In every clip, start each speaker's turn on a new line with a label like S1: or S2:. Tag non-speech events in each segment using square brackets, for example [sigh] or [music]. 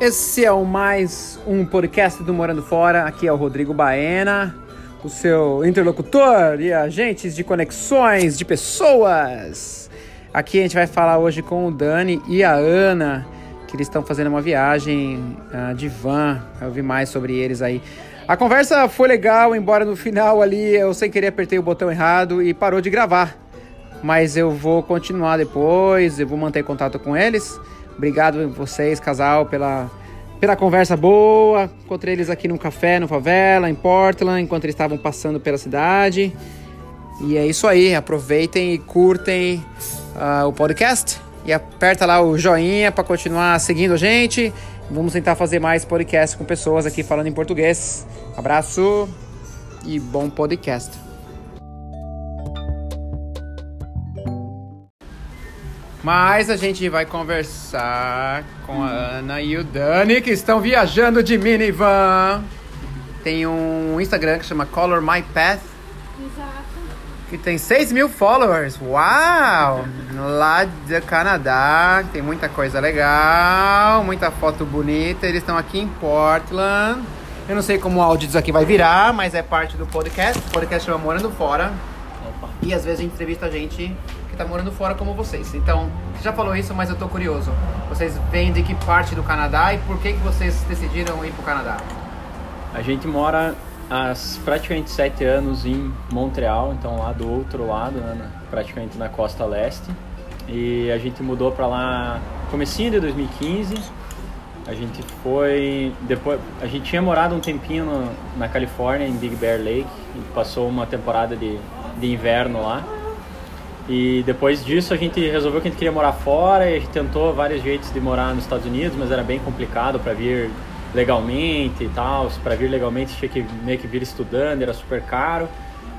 S1: Esse é o mais um podcast do Morando Fora. Aqui é o Rodrigo Baena, o seu interlocutor e agentes de conexões de pessoas. Aqui a gente vai falar hoje com o Dani e a Ana, que eles estão fazendo uma viagem ah, de van. Eu vi mais sobre eles aí. A conversa foi legal, embora no final ali eu sem querer apertei o botão errado e parou de gravar. Mas eu vou continuar depois, eu vou manter contato com eles. Obrigado vocês, casal, pela, pela conversa boa. Encontrei eles aqui num café, no favela, em Portland, enquanto eles estavam passando pela cidade. E é isso aí, aproveitem e curtem ah, o podcast e aperta lá o joinha para continuar seguindo a gente. Vamos tentar fazer mais podcasts com pessoas aqui falando em português. Abraço e bom podcast. Mas a gente vai conversar com a Ana e o Dani, que estão viajando de minivan. Tem um Instagram que chama Color My Path,
S2: Exato.
S1: que tem 6 mil followers. Uau! Lá do Canadá, tem muita coisa legal, muita foto bonita. Eles estão aqui em Portland. Eu não sei como o áudio disso aqui vai virar, mas é parte do podcast. O podcast chama Morando Fora. E às vezes a gente entrevista gente que tá morando fora como vocês. Então, você já falou isso, mas eu tô curioso. Vocês vêm de que parte do Canadá e por que, que vocês decidiram ir pro Canadá?
S3: A gente mora há praticamente sete anos em Montreal, então lá do outro lado, né, na- praticamente na costa leste. E a gente mudou para lá comecinho de 2015. A gente foi depois a gente tinha morado um tempinho no- na Califórnia em Big Bear Lake e passou uma temporada de, de inverno lá. E depois disso a gente resolveu que a gente queria morar fora e a gente tentou vários jeitos de morar nos Estados Unidos, mas era bem complicado para vir legalmente e tal. Para vir legalmente tinha que meio que vir estudando, era super caro.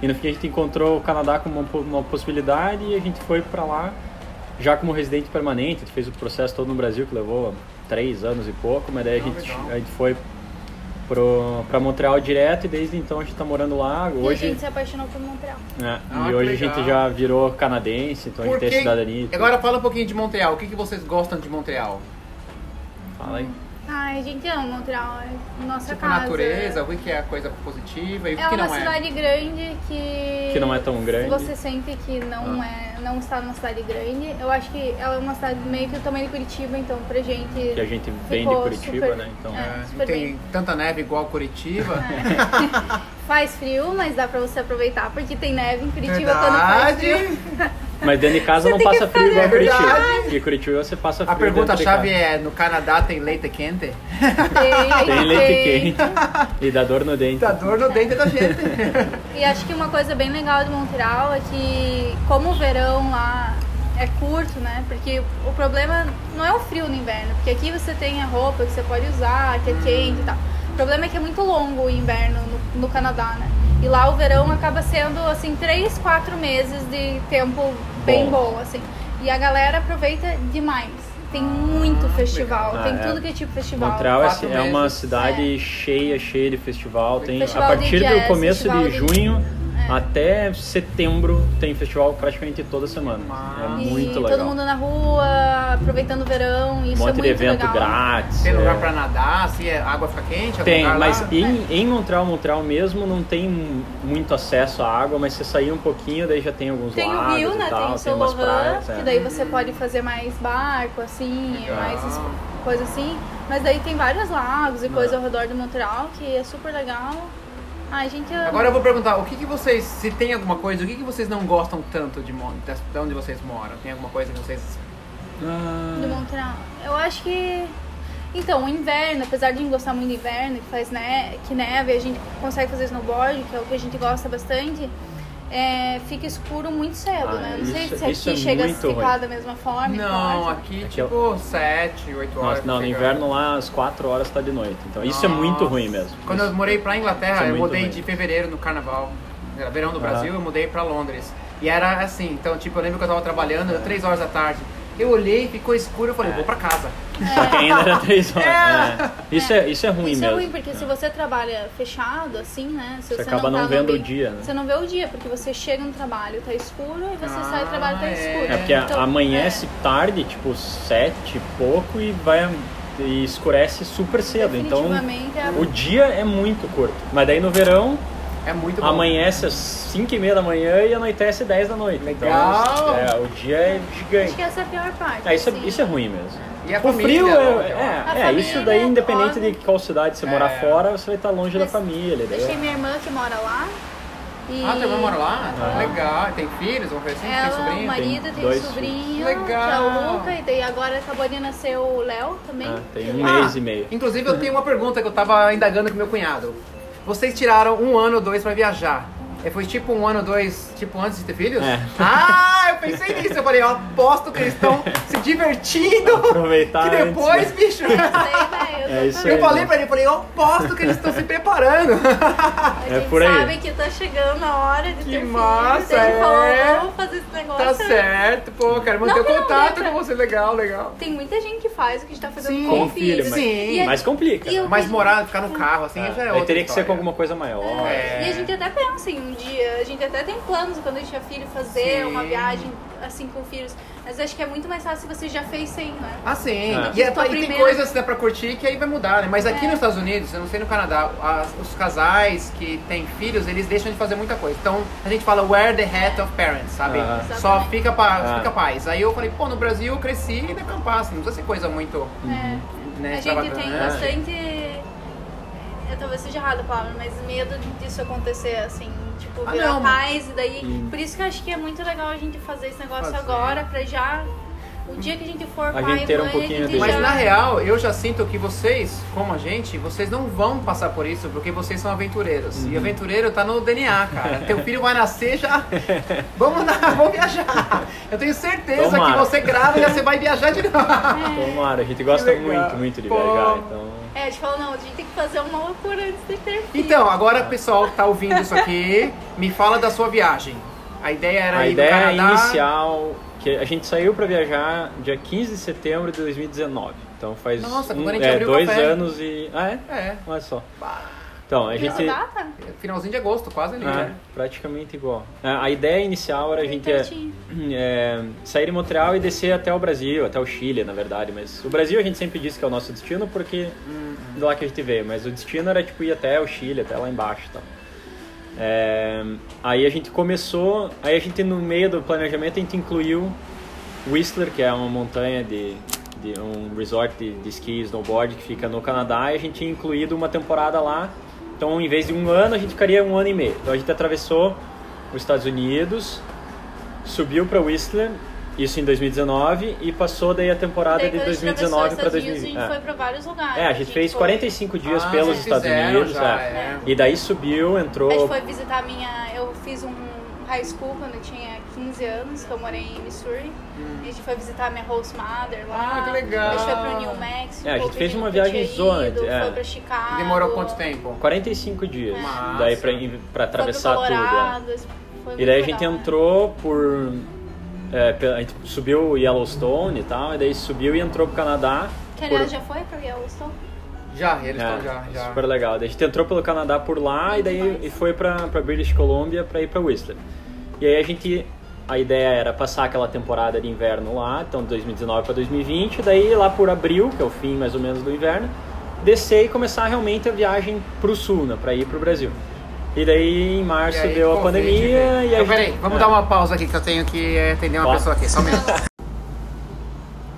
S3: E no fim a gente encontrou o Canadá como uma, po- uma possibilidade e a gente foi para lá já como residente permanente. A gente fez o processo todo no Brasil que levou três anos e pouco, mas daí a gente, a gente foi para Montreal direto e desde então a gente está morando lá. Hoje
S2: E a gente se apaixonou por Montreal.
S3: né?
S1: Ah,
S3: e
S1: que
S3: hoje a
S1: legal.
S3: gente já virou canadense, então a gente tem
S1: que-
S3: cidadania. e tudo.
S1: Agora fala um pouquinho de Montreal. O que, que vocês gostam de Montreal?
S3: Fala aí.
S2: Ai, a gente ama Montreal. É nossa
S1: tipo,
S2: casa.
S1: natureza, o que, que é a coisa positiva e o que,
S2: É
S1: que
S2: uma
S1: não é?
S2: cidade grande que...
S3: Que não é tão grande.
S2: Você sente que não,
S1: Ah.
S2: é, não está numa cidade grande. Eu acho que ela é uma cidade meio que do tamanho de Curitiba, então pra gente...
S3: Que a gente vem de
S2: ficou
S3: Curitiba,
S2: super-
S3: né? Então.
S2: é.
S1: É,
S2: super
S1: tem
S2: bem. É,
S1: tanta neve igual Curitiba.
S2: Faz frio, mas dá pra você aproveitar, porque tem neve em Curitiba quando faz
S1: Verdade.
S3: [laughs]
S2: frio.
S3: Mas dentro de casa não
S2: tem que
S3: passa frio igual
S1: fazer.
S3: Curitiba.
S1: Verdade.
S3: Porque Curitiba você passa frio.
S1: A pergunta-chave
S3: dentro de
S1: é: no Canadá tem leite quente?
S3: casa. Tem leite quente [laughs] e dá dor no dente.
S1: Tá dor no dente da gente.
S2: E acho que uma coisa bem legal de Montreal é que como o verão lá é curto, né? Porque o problema não é o frio no inverno, porque aqui você tem a roupa que você pode usar, que é
S3: Hum.
S2: quente e tal. O problema é que é muito longo o inverno no, no Canadá, né? E lá o verão acaba sendo assim três, quatro meses de tempo bem
S3: Bom.
S2: bom, assim. E a galera aproveita demais. Tem muito festival,
S3: Ah,
S2: tem
S3: é.
S2: tudo que é tipo festival.
S3: Montreal é,
S1: Quatro
S3: é uma
S1: meses.
S3: cidade cheia, cheia de festival. Tem,
S2: Festival
S3: a
S2: de
S3: partir
S2: jazz,
S3: do começo
S2: festival
S3: de
S2: de- É.
S3: junho até setembro tem festival praticamente toda semana. É
S1: Mas-
S2: E
S3: muito
S2: todo
S3: legal.
S2: mundo na rua, aproveitando o verão,
S3: um
S2: isso é
S3: monte
S2: muito
S3: de evento
S2: legal.
S3: grátis.
S1: Tem
S3: é.
S1: lugar pra nadar, se a água fica quente? algum
S3: Tem,
S1: lugar lá?
S3: mas em, em Montreal, Montreal mesmo, não tem mu- muito acesso à água, mas se sair um pouquinho, daí já tem alguns
S2: Tem o
S3: lagos
S2: rio,
S3: e
S2: né?
S3: tal,
S2: tem o
S3: tem umas
S2: Solovan,
S3: praias.
S2: que
S3: é.
S2: daí você pode fazer mais barco, assim,
S3: Legal.
S2: mais es- coisa assim. Mas daí tem vários lagos e
S3: Né.
S2: coisa ao redor de Montreal, que é super legal. Ai, gente, eu...
S1: Agora eu vou perguntar, o que, que vocês, se tem alguma coisa, o que, que vocês não gostam tanto de, Mon- das- de onde vocês moram? Tem alguma coisa que vocês...
S2: de
S1: Ah,
S2: Montreal. Eu acho que. Então, o inverno, apesar de a gente gostar muito do inverno, que faz ne que neve, a gente consegue fazer snowboard, que é o que a gente gosta bastante, é, fica escuro muito cedo,
S3: Ah,
S2: né? Não sei
S3: isso-
S2: se
S3: isso
S2: aqui
S3: é
S2: chega a
S3: muito
S2: ficar
S3: ruim.
S2: da mesma forma.
S1: Não,
S2: claro.
S1: aqui,
S3: Aqui,
S1: tipo 7, 8 horas.
S3: Nossa, não, no
S1: sei lá.
S3: inverno lá às 4 horas tá de noite. Então isso é muito
S1: Nossa.
S3: ruim mesmo.
S1: Quando eu morei pra Inglaterra,
S3: Isso é
S1: eu
S3: muito
S1: mudei
S3: ruim.
S1: de fevereiro no carnaval. Era verão do
S3: Aham.
S1: Brasil, eu mudei pra Londres. E era assim, então, tipo, eu lembro que eu tava trabalhando, era 3 horas da tarde. Eu olhei, ficou escuro, eu falei,
S3: É.
S1: vou pra casa.
S3: Só que ainda era 3 horas. é. Isso, é, isso é ruim
S2: Isso
S3: mesmo.
S2: é ruim, porque se você trabalha fechado, assim, né? Se
S3: Você acaba não
S2: no
S3: vendo o
S2: ambi-
S3: dia, né?
S2: Você não vê o dia, porque você chega no trabalho, tá escuro, e você
S1: Ah,
S2: sai do trabalho, tá
S1: é.
S2: escuro.
S3: É porque a-
S2: Então,
S3: amanhece tarde, tipo 7 e pouco, e vai e escurece super cedo. Então
S2: Definitivamente é a-
S3: o dia é muito curto. Mas daí no verão
S1: É muito bom.
S3: amanhece às 5 e meia da manhã e anoitece às 10 da noite. Então
S1: Legal.
S3: é, o dia é
S2: Acho
S3: gigante.
S2: que essa é a pior parte.
S3: É, isso, é,
S2: assim.
S3: isso é ruim mesmo.
S1: E a
S3: O
S1: família,
S3: frio
S1: ó,
S3: é,
S1: eu
S3: é,
S2: A
S3: é,
S2: família,
S3: isso daí,
S2: né,
S3: independente
S2: dorme.
S3: de qual cidade você
S1: É.
S3: morar fora, você vai estar longe da
S2: Mas-
S3: família. daí
S2: Deixei minha irmã que mora lá. E
S1: Ah, tua irmã mora lá?
S2: Aham.
S1: Legal. Tem filhos, vamos ver assim? tem
S2: Ela, o
S1: sobrinho?
S2: marido, tem,
S3: dois
S1: filhos.
S2: sobrinho, que é o
S1: Legal.
S2: Luca, e daí agora acabou de nascer o Léo também.
S3: Ah, tem
S2: que
S3: um
S2: lá-
S3: mês e meio.
S1: Inclusive, eu tenho uma pergunta que eu tava indagando com meu cunhado. Vocês tiraram um ano ou dois pra viajar. É, Foi tipo um ano ou dois, tipo antes de ter filhos?
S3: É.
S1: Ah, eu pensei nisso. Eu falei, eu aposto que eles estão
S3: [laughs]
S1: se divertindo.
S3: Aproveitar
S1: Que depois,
S3: antes, né?
S1: bicho.
S2: Sei, velho,
S3: [laughs] É
S1: [laughs]
S3: isso
S1: Eu
S3: aí,
S1: falei
S3: né?
S1: pra ele, eu falei, eu aposto que eles estão se preparando. [laughs]
S2: A
S3: É
S2: gente
S3: por aí.
S2: sabe que tá chegando a hora de ter filho.
S1: massa,
S2: Daí ele falou,
S1: é.
S2: vamos fazer esse negócio.
S1: Tá certo, pô, quero manter
S2: Não,
S1: o
S2: não,
S1: contato
S2: não, não.
S1: com você. Legal, legal.
S2: Tem muita gente que faz o que a gente tá fazendo
S1: Sim,
S2: com
S3: Com
S2: o
S3: filho,
S2: filho.
S3: mas,
S1: Sim.
S2: E a-
S3: mas complica.
S2: e
S3: né?
S2: o-
S1: Mas morar, ficar no carro, assim, já é
S3: Aí
S1: outra
S3: teria que ser
S1: história.
S3: com alguma coisa maior.
S1: É.
S2: E a gente até pensa em um dia, a gente até tem planos quando a gente tiver filho fazer
S1: Sim.
S2: uma viagem assim com filhos. Mas acho que é muito mais fácil se você já fez sem, né?
S1: Ah, sim.
S3: É.
S1: E, é
S2: Só
S1: pra- e tem
S2: primeiro-
S1: coisas que dá pra curtir que aí vai mudar, né? Mas aqui
S2: É.
S1: nos Estados Unidos, eu não sei no Canadá, as- os casais que têm filhos, eles deixam de fazer muita coisa. Então a gente fala wear the hat of parents, sabe?
S3: Ah.
S1: Só
S2: Exatamente.
S1: fica, pa,
S3: Ah.
S1: fica paz. Aí eu falei, pô, no Brasil eu cresci e na campanha, não precisa ser coisa muito.
S2: É.
S1: Né,
S2: a gente
S1: extravagante.
S2: tem bastante. Eu talvez seja errada a palavra, mas medo disso acontecer, assim, tipo,
S1: Ah,
S2: virar
S1: não.
S2: paz e daí.
S3: Hum.
S2: Por isso que eu acho que é muito legal a gente fazer esse negócio
S1: Fazer.
S2: agora, pra já. O dia que a gente for
S3: A
S2: pai
S3: gente
S2: e
S3: ter um
S2: mãe,
S3: pouquinho
S2: a gente
S3: de-
S1: Mas
S2: já...
S1: na real, eu já sinto que vocês, como a gente, vocês não vão passar por isso, porque vocês são aventureiros.
S3: Uhum.
S1: E aventureiro tá no DNA, cara. Teu filho vai nascer
S3: [laughs]
S1: já. Vamos lá, vamos viajar. Eu tenho certeza
S3: Tomara.
S1: que você grava e você vai viajar de
S3: [laughs]
S1: novo.
S3: Tomara, a gente gosta
S1: Que legal.
S3: muito, muito de
S1: Pô.
S3: viajar. Então,
S2: É, a gente falou, não, a gente tem que fazer uma loucura antes de ter filho.
S1: Então, agora, pessoal que tá ouvindo isso aqui, me fala da sua viagem. A ideia era
S3: a
S1: ir
S3: ideia é
S1: do Canadá.
S3: inicial, que a gente saiu pra viajar dia 15 de setembro de 2019. Então faz
S1: Nossa,
S3: um,
S1: quando a gente
S3: é,
S1: abriu o
S3: dois
S1: café.
S3: anos e. Ah, é?
S1: É,
S3: Olha só. Então, a
S2: Mesma
S3: gente.
S2: data?
S1: finalzinho de agosto, quase ali.
S3: É,
S1: né?
S3: praticamente igual. É, A ideia inicial era a gente é,
S2: Pertinho.
S3: [clears throat] é, sair de Montreal e descer até o Brasil, até o Chile, na verdade. Mas o Brasil a gente sempre diz que é o nosso destino porque de lá que a gente veio. Mas o destino era tipo ir até o Chile, até lá embaixo e tal. É, aí a gente começou, aí a gente no meio do planejamento a gente incluiu Whistler, que é uma montanha de, de um resort de, de esqui e snowboard que fica no Canadá, e a gente tinha incluído uma temporada lá. Então, em vez de um ano, a gente ficaria um ano e meio. Então, a gente atravessou os Estados Unidos, subiu para Whistler, isso em 2019, e passou daí a temporada
S2: Daí,
S3: de
S2: quando a gente
S3: 2019 para
S2: atravessou os Estados Unidos,
S3: 2020.
S2: A gente
S3: É.
S2: foi pra vários lugares. tipo,
S3: É, a gente fez
S2: foi-
S3: 45 dias
S1: Ah,
S3: pelos
S1: vocês
S3: Estados
S1: fizeram
S3: Unidos,
S1: já,
S3: é.
S1: é.
S3: e daí subiu,
S2: A gente
S3: entrou
S2: foi visitar a minha. Eu fiz um high school quando eu tinha 15 anos, que eu morei em Missouri.
S3: Hum.
S2: A gente foi visitar a minha host mother lá.
S1: Ah, que legal.
S2: A gente foi pro New Mexico.
S3: É, a gente
S2: que
S3: fez
S2: nunca
S3: uma viagem
S2: tinha
S3: zoante,
S2: ido,
S3: é.
S2: Foi pra Chicago.
S1: Demorou quanto tempo?
S3: 45 dias,
S1: Massa.
S3: daí pra, pra
S2: Foi pro
S3: atravessar tudo. é.
S2: Colorado, foi
S3: E daí a
S2: muito
S3: gente
S2: legal, né?
S3: entrou por. é, pela- a gente subiu o Yellowstone e tal, e daí subiu e entrou pro Canadá.
S2: Que
S3: por-
S2: aliás já foi pra Yellowstone?
S1: Já, eles
S3: é,
S1: estão já, já.
S3: Super legal. Daí a gente entrou pelo Canadá por lá e daí
S2: Demais.
S3: e foi pra, pra British Columbia pra ir pra Whistler. E aí a gente. A ideia era passar aquela temporada de inverno lá, então de 2019 pra 2020, daí lá por abril, que é o fim mais ou menos do inverno, descer e começar realmente a viagem pro sul, né, pra ir pro Brasil. E daí em março
S1: E aí,
S3: deu a
S1: convite,
S3: pandemia
S1: né?
S3: e a
S1: Então,
S3: gente-
S1: peraí, vamos
S3: é.
S1: dar uma pausa aqui que eu tenho que eh, atender uma
S3: Pode.
S1: pessoa aqui, só um
S3: [laughs]
S1: minuto.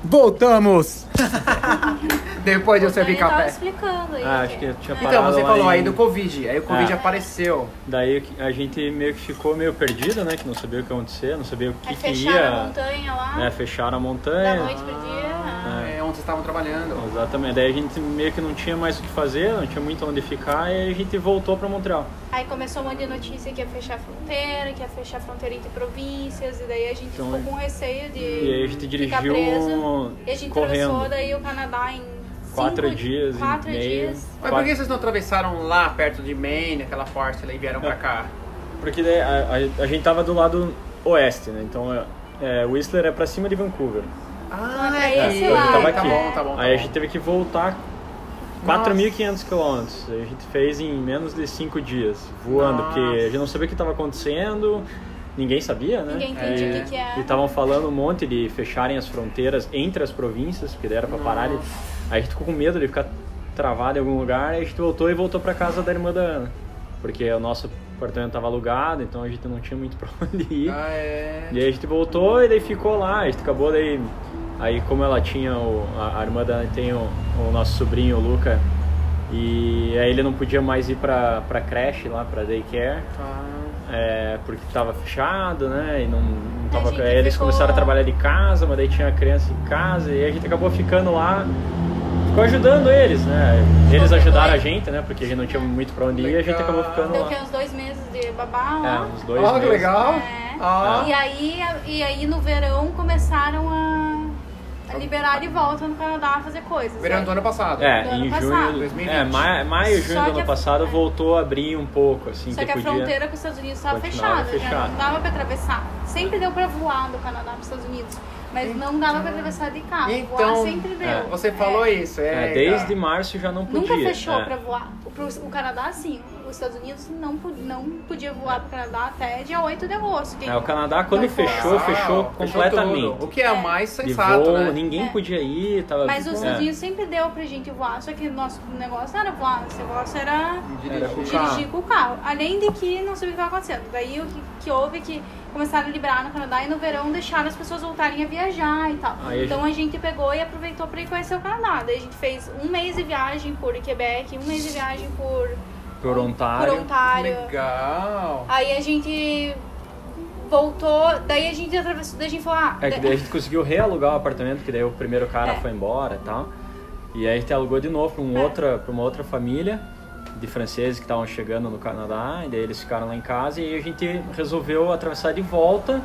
S4: Voltamos!
S1: [laughs] Depois de eu servir
S2: Ele tava
S1: café.
S2: explicando aí.
S3: Ah, acho que eu tinha
S2: né?
S3: parado.
S1: Então, você
S3: lá
S1: falou aí
S3: em-
S1: do Covid, aí o Covid
S3: É.
S1: apareceu.
S3: Daí a gente meio que ficou meio perdido, né? Que não sabia o que ia acontecer, não sabia o que,
S2: Aí
S3: que
S2: É, fecharam a
S3: ia.
S2: montanha lá,
S3: né, fecharam a
S2: da
S3: montanha.
S2: noite pro dia. né?
S1: É, onde vocês estavam trabalhando.
S3: Exatamente. Daí a gente meio que não tinha mais o que fazer, não tinha muito onde ficar e a gente voltou pra Montreal.
S2: Aí começou um monte de notícia que ia fechar a fronteira, que ia fechar a fronteira entre províncias, e daí a gente
S3: Então,
S2: ficou com receio de
S3: E aí a gente
S2: ficar
S3: dirigiu
S2: preso. E a gente atravessou
S3: correndo.
S2: daí o Canadá em
S3: Quatro
S2: cinco,
S3: dias e
S2: quatro
S3: meio.
S2: dias.
S1: Mas por que vocês não atravessaram lá perto de Maine, aquela parte ali, e vieram pra cá?
S3: Porque daí a, a- a gente tava do lado oeste, né? Então é, é, Whistler é pra cima de Vancouver.
S1: Ah,
S2: é
S1: aqui.
S2: esse lado,
S1: Tá bom,
S2: né?
S1: tá bom, tá bom.
S3: aí a gente teve que voltar 4.500 quilômetros. A gente fez em menos de 5 dias, voando,
S1: Nossa.
S3: porque a gente não sabia o que estava acontecendo, ninguém sabia, né?
S2: Ninguém entendia
S3: E-
S2: o que que era.
S3: E estavam falando um monte de fecharem as fronteiras entre as províncias, porque daí era para parar de. A Aí a gente ficou com medo de ficar travado em algum lugar, aí a gente voltou e voltou pra casa da irmã da Ana. Porque o nosso apartamento tava alugado, então a gente não tinha muito pra [laughs] onde ir.
S5: Ah, é.
S3: E aí a gente voltou e daí ficou lá, a gente acabou daí. Aí como ela tinha o. A, a irmã da Ana tem o, o nosso sobrinho, o Luca, e aí ele não podia mais ir pra, pra creche lá, pra daycare.
S1: tá.
S5: Ah,
S3: é, porque tava fechado, né? E não, não tava,
S2: A gente
S3: aí eles
S2: ficou-
S3: começaram a trabalhar de casa, mas daí tinha a criança em casa e a gente acabou ficando lá, ficou ajudando eles, né? Eles ajudaram a gente, né? Porque a gente não tinha muito pra onde ir, a gente acabou ficando
S2: Deu
S3: lá.
S2: que uns dois meses de babá
S3: É,
S2: lá.
S3: uns dois
S5: Ah, que
S3: meses.
S5: legal.
S2: É.
S5: Ah.
S2: E, aí, e aí no verão começaram a, a liberar de volta no Canadá a fazer coisas. né?
S5: Verão do ano passado.
S3: É,
S2: Do ano
S3: em
S2: passado.
S3: junho,
S5: 2020.
S3: é, maio, maio junho
S2: Só que
S3: do ano
S2: a-
S3: passado
S2: é.
S3: voltou a abrir um pouco, assim,
S2: Só
S3: que,
S2: que a
S3: podia.
S2: fronteira com os Estados Unidos estava
S3: Continuava
S2: fechada, já
S3: fechada.
S2: não dava para atravessar. Sempre deu para voar do Canadá para os Estados Unidos, mas não dava para atravessar de carro. voar
S5: Então,
S2: Ah, sempre deu.
S3: é,
S5: Você falou isso, é.
S3: É, desde março já não podia.
S2: Nunca fechou
S3: é.
S2: para voar. O, pro- o Canadá, sim. Os Estados Unidos não, po- não podia voar para o Canadá até dia 8 de agosto. que-
S3: É, o Canadá quando
S2: Não foi.
S3: fechou,
S5: Ah,
S3: fechou completamente.
S5: tudo. O que é o mais
S3: De
S5: sensato,
S3: voo,
S5: né?
S3: ninguém
S2: É.
S3: podia ir, tava
S2: Mas os
S3: é.
S2: Estados Unidos sempre deu pra gente voar, só que nosso negócio não era voar, nosso negócio era
S3: Era com o
S5: carro.
S2: dirigir com o carro. Além de que não sabia o que estava acontecendo. Daí o que, que houve é que começaram a liberar no Canadá e no verão deixaram as pessoas voltarem a viajar e tal.
S3: Aí a
S2: então a gente pegou e aproveitou pra ir conhecer o Canadá. Daí a gente fez um mês de viagem por Quebec, um mês de viagem por,
S3: Por
S2: por
S3: Ontário.
S2: Ontário.
S5: Legal.
S2: Aí a gente voltou, daí a gente atravessou, daí a gente falou, ah,
S3: É que daí a gente conseguiu realugar o apartamento, que daí o primeiro cara
S2: É.
S3: foi embora e tal. E aí a gente alugou de novo para um
S2: É.
S3: outra, pra uma outra família de franceses que estavam chegando no Canadá. E daí eles ficaram lá em casa e aí a gente resolveu atravessar de volta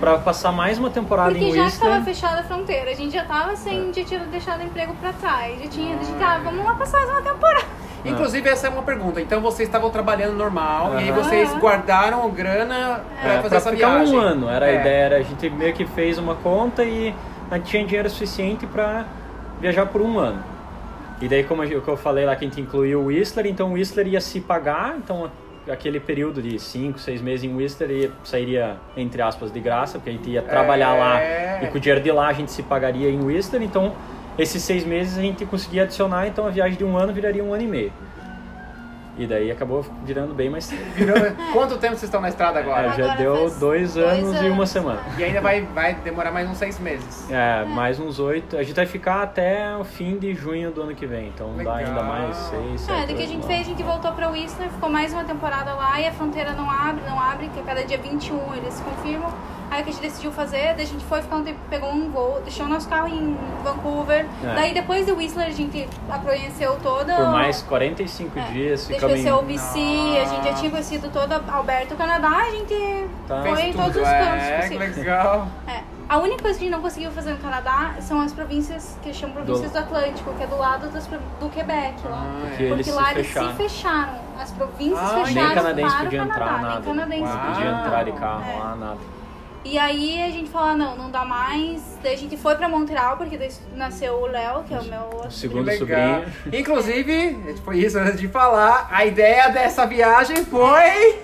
S3: para passar mais uma temporada
S2: Porque
S3: em
S2: já que tava
S3: Whistler.
S2: fechada a fronteira, a gente já tava
S3: É.
S2: sem, já tinha deixado emprego pra trás, já tinha,
S3: Ah,
S2: já tava, vamos lá passar mais uma temporada.
S5: Inclusive, essa é uma pergunta. Então, vocês estavam trabalhando normal e aí
S3: Aham.
S5: vocês
S2: É.
S5: guardaram grana pra
S3: É,
S5: fazer
S3: pra
S5: essa
S3: ficar
S5: viagem.
S3: um ano, era
S5: É.
S3: a ideia, era, a gente meio que fez uma conta e a gente tinha dinheiro suficiente para viajar por um ano. E daí, como a gente- o que eu falei lá, que a gente incluiu o Whistler, então o Whistler ia se pagar, então a- aquele período de 5, 6 meses em Whistler ia- sairia, entre aspas, de graça, porque a gente ia trabalhar
S5: É.
S3: lá e com o dinheiro de lá a gente se pagaria em Whistler, então esses seis meses a gente conseguia adicionar, então a viagem de um ano viraria um ano e meio. E daí acabou virando bem mais
S5: Virou- Quanto tempo vocês estão na estrada
S3: é,
S5: agora?
S2: Agora
S3: já deu
S2: faz
S3: dois,
S2: dois
S3: anos, e uma
S2: anos.
S3: semana.
S5: E ainda vai, vai demorar mais uns seis meses.
S3: É, mais uns oito. A gente vai ficar até o fim de junho do ano que vem. Então
S5: Legal.
S3: dá ainda mais seis, sete.
S2: É, do que a
S3: oito,
S2: gente
S3: nove.
S2: fez, a gente voltou pra Whistler, ficou mais uma temporada lá e a fronteira não abre, não abre, que a cada dia 21 eles confirmam. Aí o que a gente decidiu fazer, daí a gente foi ficar um tempo, pegou um voo, deixou nosso carro em Vancouver.
S3: É.
S2: Daí depois de Whistler a gente a conheceu toda.
S3: Por mais 45
S2: É,
S3: dias
S2: Deixa eu
S3: ficamos
S2: ver
S3: em...
S2: se é o BC, a gente já tinha conhecido toda Alberta, o Canadá, a gente
S3: Tá.
S2: foi em
S5: Fez
S2: todos
S5: tudo.
S2: os cantos
S5: É, que
S2: possíveis.
S5: legal.
S2: É. A única coisa que a gente não conseguiu fazer no Canadá são as províncias que chamam províncias do, Atlântico, que é do lado das pro- do Quebec lá.
S5: Ah,
S3: Porque
S5: é.
S2: Porque
S3: eles
S2: lá
S3: se
S2: eles
S3: fecharam.
S2: se fecharam. As províncias
S5: Ah, nem
S2: fecharam
S3: canadense
S2: para
S3: podia
S2: o Canadá,
S3: entrar,
S2: nem
S3: nada.
S2: canadense
S5: Uau.
S3: Podia
S2: podia.
S3: entrar de carro
S2: É.
S3: lá, nada.
S2: E aí a gente falou, não, não dá mais. Daí a gente foi pra Montreal, porque daí nasceu o Léo, que é o meu
S3: O
S2: outro
S5: Que
S3: segundo
S5: legal.
S3: sobrinho.
S5: Inclusive, foi isso antes de falar, a ideia dessa viagem foi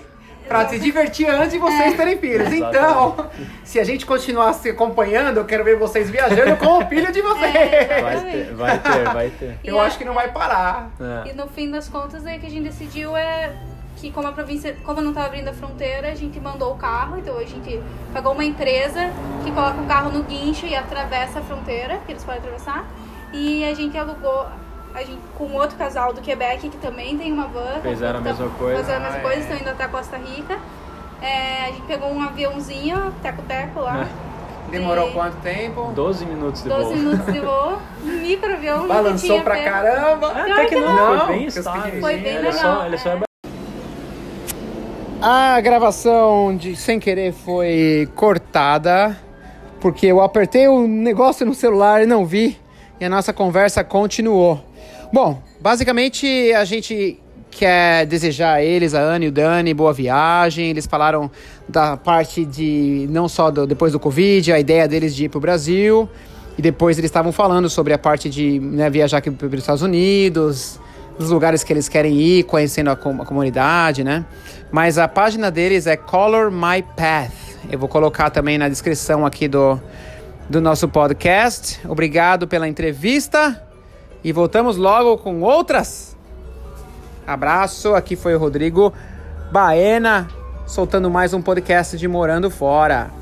S5: pra se divertir antes de vocês terem filhos. Então, se a gente continuar se acompanhando, eu quero ver vocês viajando com o filho de vocês.
S2: [laughs] É.
S3: Vai ter, vai ter, vai ter.
S2: E
S5: Eu
S2: a-
S5: acho que não vai parar.
S2: E [laughs]
S3: É.
S2: no fim das contas, aí o que a gente decidiu é que como a província, como não estava abrindo a fronteira, a gente mandou o carro, então a gente pagou uma empresa que coloca o carro no guincho e atravessa a fronteira, que eles podem atravessar. E a gente alugou a gente, com outro casal do Quebec que também tem uma van.
S3: Fizeram a
S2: Então,
S3: mesma coisa.
S2: Fizeram a mesma
S5: Ah,
S2: coisa,
S5: é.
S2: estão indo até Costa Rica. É, a gente pegou um aviãozinho, teco-teco lá,
S5: Demorou
S2: E-
S5: quanto tempo?
S3: 12 minutos [laughs] de
S2: 12
S3: voo.
S2: minutos de voo, um microavião. nunca
S5: Balançou
S2: tinha
S5: pra
S2: pego.
S5: caramba.
S3: É, Até que Ah, não, né?
S5: não,
S3: foi bem
S5: que os
S3: estável.
S2: Foi bem
S3: ele
S2: legal,
S3: só, ele só é
S2: é.
S1: A gravação de sem querer foi cortada porque eu apertei o negócio no celular e não vi e a nossa conversa continuou. Bom, basicamente a gente quer desejar a eles, a Ana e o Dani, boa viagem. Eles falaram da parte de não só do- depois do Covid, a ideia deles de ir pro Brasil e depois eles estavam falando sobre a parte de né, viajar aqui para os Estados Unidos, dos lugares que eles querem ir, conhecendo a, com- a comunidade, né? Mas a página deles é Color My Path. Eu vou colocar também na descrição aqui do, do nosso podcast. Obrigado pela entrevista e voltamos logo com outras. Abraço, aqui foi o Rodrigo Baena, soltando mais um podcast de Morando Fora.